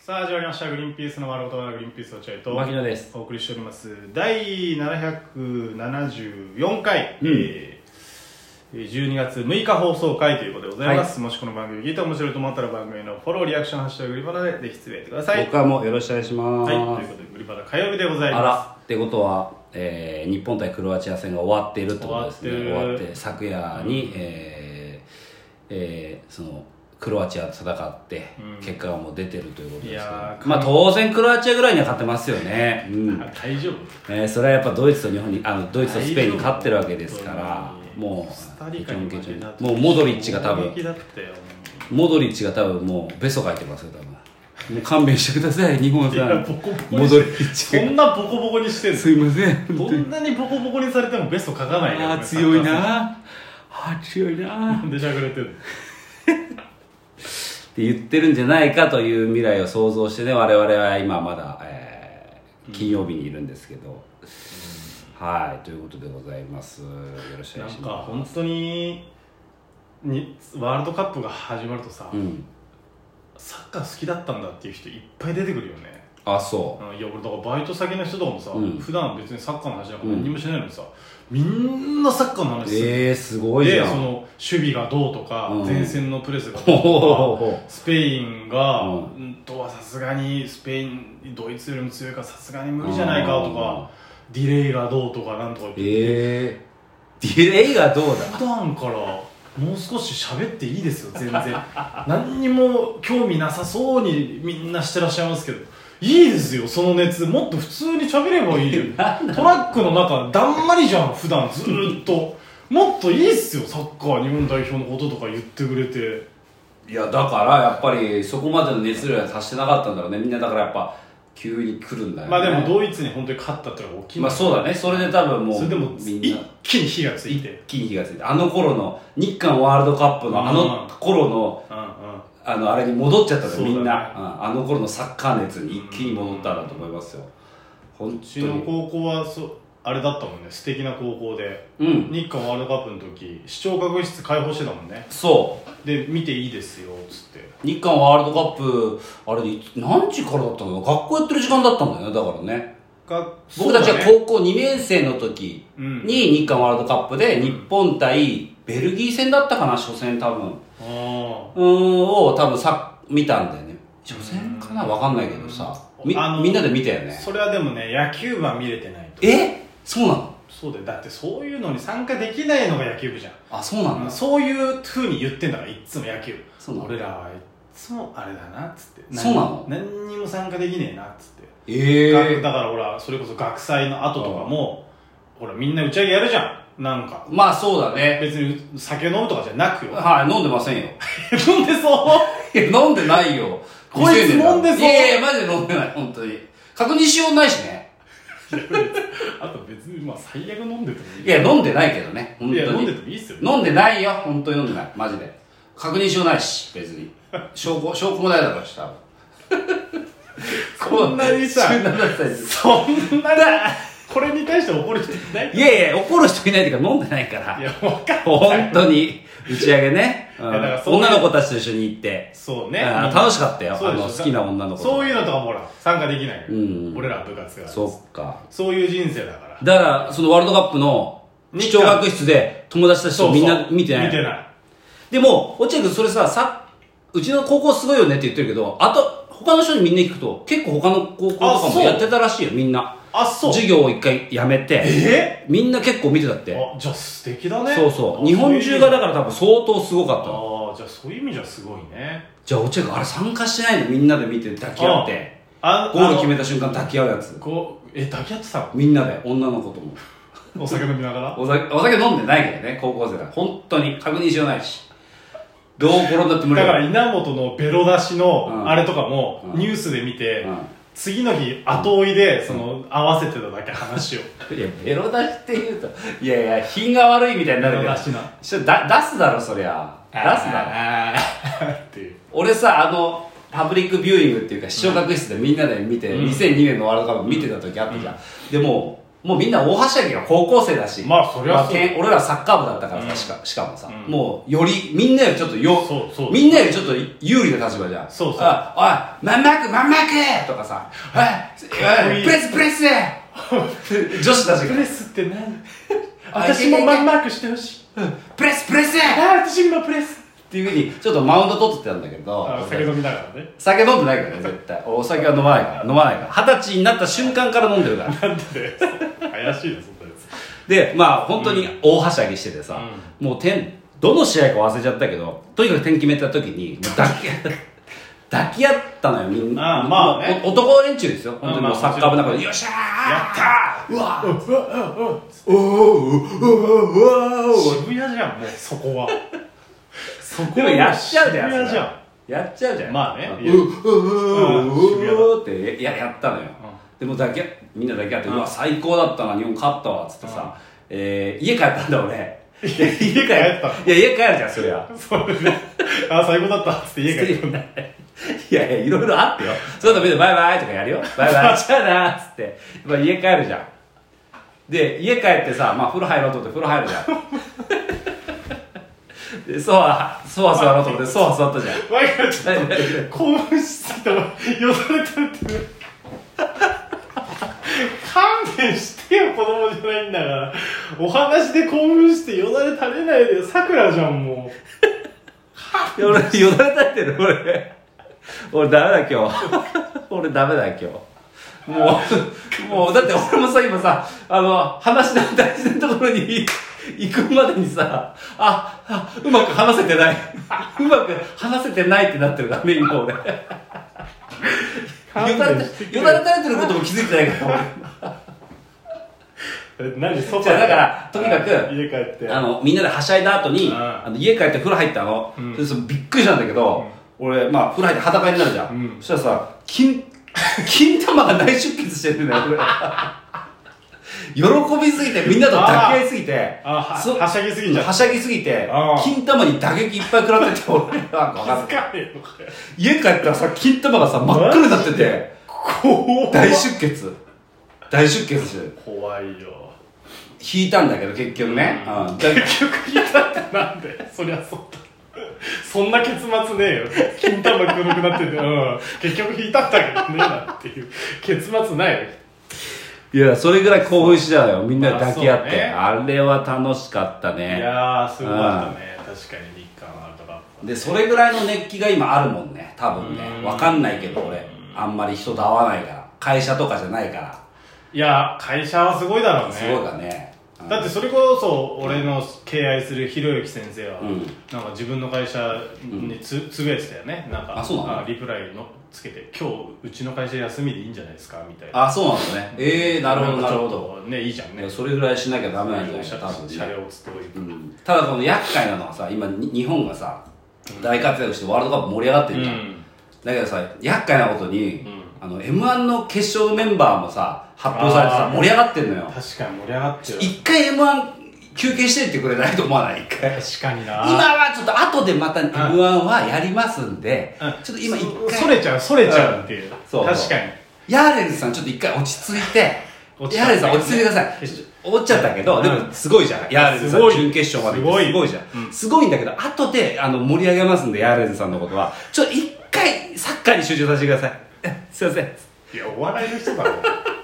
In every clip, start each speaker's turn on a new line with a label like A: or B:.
A: さあ始まりました「グリーンピースの丸ごとなグリーンピース落合」と
B: 牧野です
A: お送りしております第774回、
B: うん
A: えー12月6日放送回ということでございます、もしこの番組聞いて面白いと思ったら番組のフォローリアクション「ハッシュタググリバナ」でぜひつぶやいてください
B: 僕はもうよろしくお願いします、
A: はいということでグリバナ火曜日でござい
B: あ
A: ま
B: らってことは、えー日本対クロアチア戦が終わっているってことですね
A: 終
B: 終
A: わ
B: わ
A: って
B: っ
A: る
B: て昨夜に、えーえーそのクロアチアと戦って、
A: うん
B: 結果がもう出てるということです
A: い
B: けど
A: やー
B: まあ当然クロアチアぐらいには勝ってますよね、う
A: す
B: ん
A: あ大丈夫
B: えーそれはやっぱドイツと日本にあのドイツとスペインに勝ってるわけですから
A: 大丈夫
B: も
A: コスタ
B: う
A: リ
B: ケチ
A: カ
B: ョ
A: に
B: ンケ
A: 負
B: チ
A: けた
B: ョ
A: と
B: ンもうモドリッチが多
A: 衝
B: 分
A: 撃だったよ
B: モドリッチが多分もうベソ書いてますよ多分もう勘弁してください日本
A: い
B: さ
A: や
B: ん
A: ボコボコ
B: モ
A: に
B: ドリッチ
A: そんなボコボコにしてる
B: すいません
A: どんなにボコボコにされてもベスト書かないよ
B: ああ
A: これ
B: 強いなああ強いな
A: な
B: っ
A: んで しゃくれてる
B: て言ってるんじゃないかという未来を想像してね我々は今まだ、えー金曜日にいるんですけど、はいということでございますよろしくお
A: な
B: 願
A: ん
B: いし
A: か
B: ます
A: 本当ににワールドカップが始まるとさ、
B: うん
A: サッカー好きだったんだっていう人いっぱい出てくるよね
B: あそ
A: うんいや俺だからバイト先の人とかもさ、
B: うん
A: 普段別にサッカーの話なんか何もしないのにさ、みんなサッカーの
B: う
A: 話する、
B: えー、すごいじ
A: で
B: ゃ
A: そ
B: ん
A: の守備がどうとか、
B: うん
A: 前線のプレスがどう
B: ほほほ
A: とか
B: ほ
A: スペインが、う
B: うん
A: ん、とはさすがにスペインドイツよりも強いからさすがに無理じゃないかとか、ディレイがどうとかなんとか言って
B: ええー、ディレイがどうだ
A: 普段からもう少し喋っていいですよ全然 何にも興味なさそうにみんなしてらっしゃいますけどいいですよその熱もっと普通に喋ればいいよトラックの中だんまりじゃん普段ずーっともっといいっすよサッカー日本代表のこととか言ってくれて
B: いやだからやっぱりそこまでの熱量は達してなかったんだろうねみんなだからやっぱ急に来るんだよね
A: まあでもドイツに本当に勝ったってのが大きいん
B: まあ
A: だ
B: そうだねそれで多分もう
A: それでも
B: みん
A: 一
B: な
A: 気に火がついて
B: 一気に火がついてあの頃の日韓ワールドカップのあの頃の
A: うんうん
B: あのあれに戻っちゃった
A: そうだ
B: ね
A: ね
B: みんな、うんあの頃のサッカー熱に一気に戻ったんだと思いますよ本
A: う
B: 当
A: ちの
B: に
A: 高校はそあれだったもんね素敵な高校で
B: うん
A: 日韓ワールドカップの時視聴覚室開放してたもんね
B: そう
A: で見ていいですよっつって
B: 日韓ワールドカップあれでいつ何時からだったの学校やってる時間だったんだよねだからね
A: が
B: 僕たち
A: そう
B: は
A: だね
B: 高校2年生の時
A: うん
B: に日韓ワールドカップで日本対ベルギー戦だったかな初戦多分
A: あ
B: うーんを多分さ見たんだよね初戦かなわかんないけどさみ
A: あの
B: みんなで見たよ
A: あ
B: ね
A: それはでもね野球部は見れてないと
B: えそうなの
A: そうだよだってそういうのに参加できないのが野球部じゃん、
B: あそうなんだ
A: そういうふうに言ってんだからいっつも野球部
B: そうなの
A: 俺らはいっつもあれだなっつって何
B: そうなの
A: 何にも参加できねえなっつって
B: え
A: 学
B: え
A: だからほらそれこそ学祭の後とかもほらみんな打ち上げやるじゃんなんか
B: まあそうだね
A: 別に酒飲むとかじゃなくよ
B: はい飲んでませんよ
A: 飲んでそう
B: いや飲んでないよ
A: こいつ
B: 未成年だ
A: 飲んでそう
B: いやいやマジで飲んでない本当に確認しようないしね
A: あと別にまあ最悪飲んでてもいい
B: いや飲んでないけどね本
A: いや
B: 当
A: 飲ん
B: に
A: でてもいいっすよ
B: 飲んでないよ本当に飲んでないマジで確認しようないし別に証拠証拠もないだろうし 多分
A: そんなにさ
B: 17歳です
A: そんなだこれに対して怒る人いない
B: いやいや怒る人いないというか飲んでないから
A: いやわかん
B: 本当に打ち上げね、うん
A: いやだからそういう
B: 女の子たちと一緒に行って、
A: そうね
B: あー楽しかったよ
A: そうでしょ
B: あの好きな女の子と
A: そういうのとかもほら参加できない、
B: うん
A: 俺ら部活が
B: そっか
A: そういう人生だから
B: だからそのワールドカップの
A: 日
B: 視
A: 韓
B: 聴学室で友達たち
A: そ
B: と
A: う
B: みんな見てない
A: 見てない
B: でも落合君それささうちの高校すごいよねって言ってるけどあと他の人にみんな聞くと結構他の高校と
A: あ
B: か
A: そ
B: も
A: う
B: やってたらしいよみんな
A: あそう
B: 授業を一回やめて
A: え
B: みんな結構見てたって
A: あじゃあ素敵だね
B: そうそう日本中がだ
A: ら
B: から多分相当すごかったの
A: ああじゃあそういう意味じゃすごいね
B: じゃあ落合君あれ参加してないのみんなで見て抱き合って
A: あ
B: ゴール決め
A: た
B: た瞬間抱き合うやつ
A: こうえ抱き合ってたの
B: みんなで女の子とも
A: お酒飲みながら
B: お酒お酒飲んでないけどね高校生だ本当に確認しようないしどう転んだって無理
A: だ
B: だ
A: から稲本のベロ出し
B: う
A: の
B: ん
A: あれとかも
B: うん
A: ニュースで見て、
B: う
A: 次の日後追いでその合わせてただけ話を
B: ん、いやベロ出しって言うといやいや品が悪いみたいになるけ
A: ベ
B: ど
A: ロ出しな
B: ちょだ出すだろそりゃ出すだろ
A: なっていう
B: 俺さあのパブリックビューイングっていうか視聴覚室でみんなで見て、
A: うん
B: 2002年のワールドカップ見てた時あったじゃん、でももうみんな大はしゃぎが高校生だし、
A: まあそりゃそう
B: けん俺らサッカー部だったからさ、
A: うん
B: しかしかもさ、
A: うん
B: もうよりみんなよりちょっとよ
A: そうそう
B: みんなよりちょっと有利な立場じゃん
A: そうそう
B: あおいまんまくまんまくとかさおい
A: っこ
B: お
A: い
B: い
A: い
B: プレスプレス 女子たち
A: プ
B: が
A: レスって何
B: あ
A: 私
B: いけ
A: も
B: いけ
A: マンマークしてほしい
B: プレスプレスっ
A: ああ私今プレス
B: ていうふうにちょっとマウント取ってたんだけど
A: あ酒飲みながらね
B: 酒飲んでないからね絶対お酒は飲まないから飲まないから二十歳になった瞬間から飲んでるから
A: なんで怪しいなそんなや つ
B: でまあ本当に大はしゃぎしててさ、もう点どの試合か忘れちゃったけどとにかく点決めた時に抱き抱き合ったのよみんな
A: ああまあね
B: お男連中ですよ本当にもう
A: まあ
B: サッカー部の中で「よっしゃー
A: やった
B: うわ
A: うわうわうわ
B: おーおーおーおーおー
A: 渋谷じゃんもうそこはそこ
B: でもやっちゃうじゃん
A: 渋谷じゃん
B: やっちゃうじゃん
A: まあね
B: うーうーう
A: うん
B: ー
A: 渋谷だ
B: うーってややったのよ、でも抱き合みんな抱き合って「
A: うん
B: うわ最高だったな日本勝ったわ」っつってさ、
A: うん
B: えー家帰ったんだ俺 家帰
A: 家帰ったの
B: いや家帰るじゃんそりゃ
A: そうねあ最高だったっつって家帰 ってくんだ
B: いやいや、いろいろあってよ。その後みんなバイバイとかやる よ。バイバイ、じゃあなーっつって。まあ家帰るじゃん。で、家帰ってさ、まあ風呂入ろうと思って風呂入る じゃん。で、ソファ、ソファ座ろうと思ってソファ座ったじゃん。
A: わかちょっと興奮しすぎたわよだれたってる勘弁してよ子供じゃないんだからお話で興奮してよだれ垂れないでよさくらじゃんもう
B: いや俺、よだれ垂れてる、俺。俺ダメだ、今日。俺ダメだ、今日。もう、もう、だって俺もさ、今さ、あの、話の大事なところに行くまでにさ、あ、あうまく話せてない。うまく話せてないってなってるからね、今俺。よだれ、
A: 勘
B: よだれ
A: 弁してくれ
B: 垂れてることも気づいてないから、
A: え何ソファ
B: じゃあだからとにかく
A: 家帰って
B: 俺あの、みんなではしゃいだ後に、
A: うん
B: あの家帰って風呂入ったの。
A: うん
B: それでそのびっくりしたんだけど、俺、まあ、風呂入って裸になるじゃん。
A: うん
B: そしたらさ、金、 金玉が内出血してるんだよ、俺。喜びすぎて、みんなと抱き合いすぎて、
A: あは
B: そ
A: はしゃぎすぎちゃった
B: はしゃぎすぎて
A: あ、ー
B: 金玉に打撃いっぱい食らって て、俺なんか分かんない
A: 気づかねえのかよ
B: 家帰ったらさ、金玉がさ、真っ黒になってて、
A: 怖
B: 大出血。大出血してる。
A: 怖いよ
B: 引いたんだけど、結局ね。うんだ
A: 結局聞いたってなんでそりゃそうだそんな結末ねえよ金玉黒くなってて、うん、結局引いたんだけどねなんていう結末ないよ
B: いや、それぐらい興奮しちゃうよ。みんなで抱き合
A: まあ
B: って。
A: そうね
B: あれは楽しかった
A: い
B: ね。
A: やーすごかったね確かに日韓ワールドカップ
B: で、それぐらいの熱気が今あるもんね。多分
A: う
B: ね。
A: ん
B: わかんないけど、俺。あんまり人と会わないから。会社とかじゃないから。
A: いやー会社はすごいだろうね
B: すごいだね。うん
A: だってそれこそ俺の敬愛するひろゆき先生は、
B: うん
A: なんか自分の会社につ,、つぶやいてたよねなんか
B: あそうなの
A: リプライのつけて「今日うちの会社休みでいいんじゃないですか」みたいな
B: あ、そうなんだね。ええー、なるほど、なるほど。
A: どねいいじゃん
B: い
A: ね
B: やそれぐらいしなきゃダメなんじゃない
A: シ
B: か、
A: ャ
B: 多分
A: シャレ
B: ね。
A: オツという
B: う
A: か
B: ん。ただ、この厄介なのはさ、今、に日本がさ、大活躍してワールドカップ盛り上がってるじゃん。だけどさ厄介なことに、
A: ん
B: あの m 1の決勝メンバーもさ発表されてさ
A: あー
B: 盛り上がってんのよ
A: 確かに盛り上がってる
B: 一回 m 1休憩してってくれないと思わない一回
A: 確かに
B: 今
A: な
B: はちょっと後でまた m 1はやりますんで、
A: うん
B: ちょっと今一
A: そ
B: 回
A: それちゃうそれちゃうっていう、
B: そう
A: 確かに
B: ヤーレンズさんちょっと一回落ち着いて
A: 落ち着いて
B: ヤーレンズさん落ち着いてください落ちちゃったけど、でもすごいじゃんヤーレンズさん
A: すごい
B: 準決勝まで行って
A: す
B: すご
A: ごい
B: いじゃん、すごいんだけど後であの盛り上げますんでヤーレンズさんのことはちょっと一回サッカーに集中させてくださいすいません
A: いやお笑いの人だろ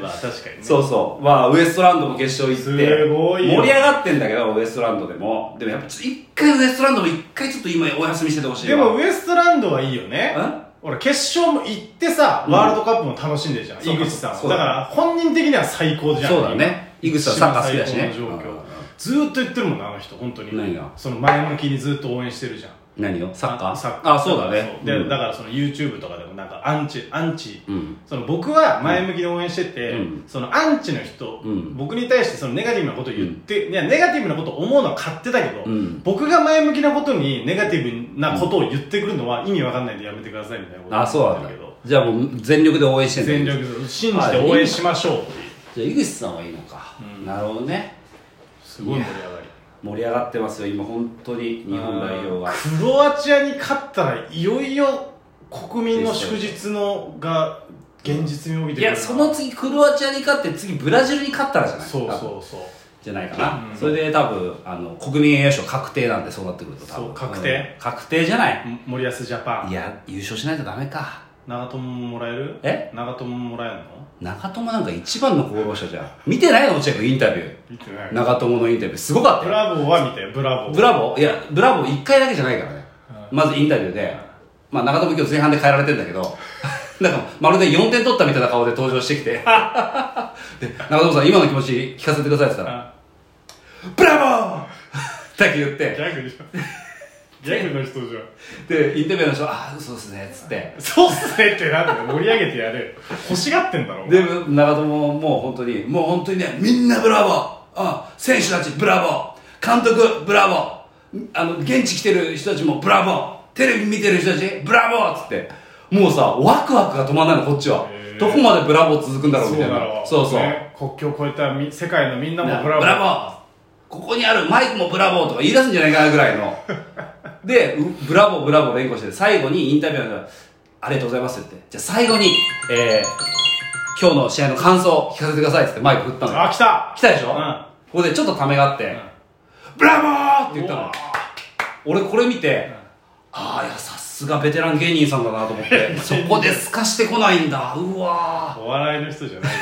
A: まあ確かにね
B: そうそう、まあ、ウエストランドも決勝行って
A: すごいよ
B: 盛り上がってんだけどウエストランドでもでもやっぱちょっと一回ウエストランドも一回ちょっと今お休みしててほしい
A: で
B: わ
A: もウエストランドはいいよね
B: ん
A: 俺決勝も行ってさワールドカップも楽しんでるじゃん、
B: そう
A: 井口さんは
B: そう
A: だから本人的には最高じゃん
B: そうだね井口さんサッカー好きだし
A: 一
B: ね
A: 番最高の
B: うん
A: 状況ずーっと言ってるもんねあの人本当に
B: 何が
A: その前向きにずっと応援してるじゃん
B: 何よサッカー
A: サッカー
B: あそうだね
A: そうで、
B: うん
A: だからその YouTube とかでもなんかアンチアンチ、
B: うん
A: その僕は前向きに応援してて、
B: うん
A: そのアンチの人、
B: うん
A: 僕に対してそのネガティブなことを言って、いやネガティブなことを思うのは勝手だけど、
B: うん
A: 僕が前向きなことにネガティブなことを言ってくるのは意味わかんないんでやめてくださいみたいなこと
B: あそう
A: 言っ
B: なんだ
A: てるけど
B: じゃあもう全力で応援してんだ
A: 全力信じて応援しましょうっていう
B: じゃあ井口さんはいいのか、
A: うん
B: なるほどね
A: すごい盛り上がり
B: 盛り上がってますよ今本当に日本代表が
A: クロアチアに勝ったらいよいよ国民の祝日のが現実味を帯びて
B: い
A: くる
B: や、その次クロアチアに勝って、次ブラジルに勝ったらじゃない
A: そう
B: 多分
A: そうそう
B: じゃないかな。
A: うん
B: それで多分、あの、国民栄誉賞確定なんで、そうなってくると多分。
A: そう確定
B: うん確定じゃない。
A: 森保ジャパ
B: いや、優勝しないとダメか。
A: ン長友ももらえる
B: え
A: 長友ももらえるの
B: 長友なんか一番の候補者じゃん。見てないの落合君インタビュ
A: 見てない
B: ー。長友のインタビュー。すごかった
A: ブ
B: よ。
A: ラボーは見てブラボー
B: ブラボーいや、ブラボー一回だけじゃないからね。まずインタビューで、まあ中友今日前半で変えられてんだけど、なんかまるで4点取ったみたいな顔で登場してきて、で、中友さん今の気持ち聞かせてくださいって言ったら、
A: あ
B: ブラボー だけ言っ
A: ギ
B: て、
A: ャグじゃんギャグの人じゃん
B: で、インタビューの人、ああ、そうですね、つって。
A: そうっすねってなんだよ盛り上げてやれよ欲しがってんだろ
B: で、長友ももう本当に、もう本当にね、みんなブラボーあ選手たちブラボー監督ブラボーあの、現地来てる人たちもブラボーテレビ見てる人たちブラボーっつって、もうさ、ワクワクが止まらないの、こっちは
A: へ。ー
B: どこまでブラボー続くんだろう
A: そ
B: み
A: う
B: たい
A: だ
B: な。
A: ろ
B: そうそう。
A: ね国境を越えたみ世界のみんなも
B: な
A: ブラボー
B: ブラボーここにあるマイクもブラボーとか言い出すんじゃないかなぐらい の。で、うブラボーブラボー連呼して、最後にインタビューのありがとうございますって言って。じゃあ最後に、えー、今日の試合の感想を聞かせてくださいってってマイク振ったの。
A: あ来た
B: 来たでしょ、
A: うん
B: ここでちょっとためがあって、
A: ん
B: ブラボーって言った
A: うわ
B: の。俺これ見て、ああ、いや、さすがベテラン芸人さんだな と思って、そこで透かしてこないんだ。うわー。
A: お笑いの人じゃないか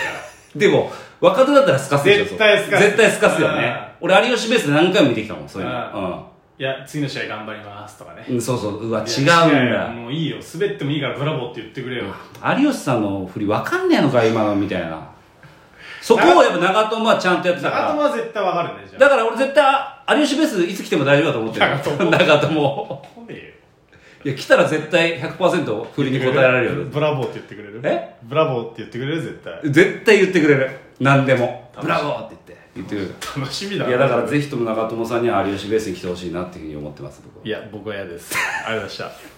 A: ら
B: でも、若手だったらすかすでしょ
A: 絶対
B: そ
A: す
B: れ
A: かす
B: 絶対すかすよね
A: あ。
B: 俺、有吉ベースで何回も見てきたもん、そういうの
A: あ。いや次の試合頑張りますとかね
B: うん。うん、そうそう。うわ、違うん
A: いやいや
B: だ。
A: もういいよ滑ってもいいからブラボーって言ってくれよ
B: 有吉さんの振り分かんねえのか、今の、みたいな。そこをやっぱ長友はちゃんとやってたか
A: 長友
B: ら。
A: は絶対わかるねじゃ
B: だから俺絶対、有吉ベースいつ来ても大丈夫だと思ってる。
A: 長友
B: 長友
A: あ。来ねえよ
B: いや、来たら絶対100%振りに応えられるよ。
A: ブラボーって言ってくれる
B: え
A: ブラボーって言ってくれる絶対
B: 絶対言ってくれる。何でも。ブラボーって言って。言ってくれる。
A: 楽しみだない
B: や、だからぜひとも長友さんには有吉ベースに来てほしいなっていうふうに思ってます、僕は。
A: いや僕は嫌ですありがとうございました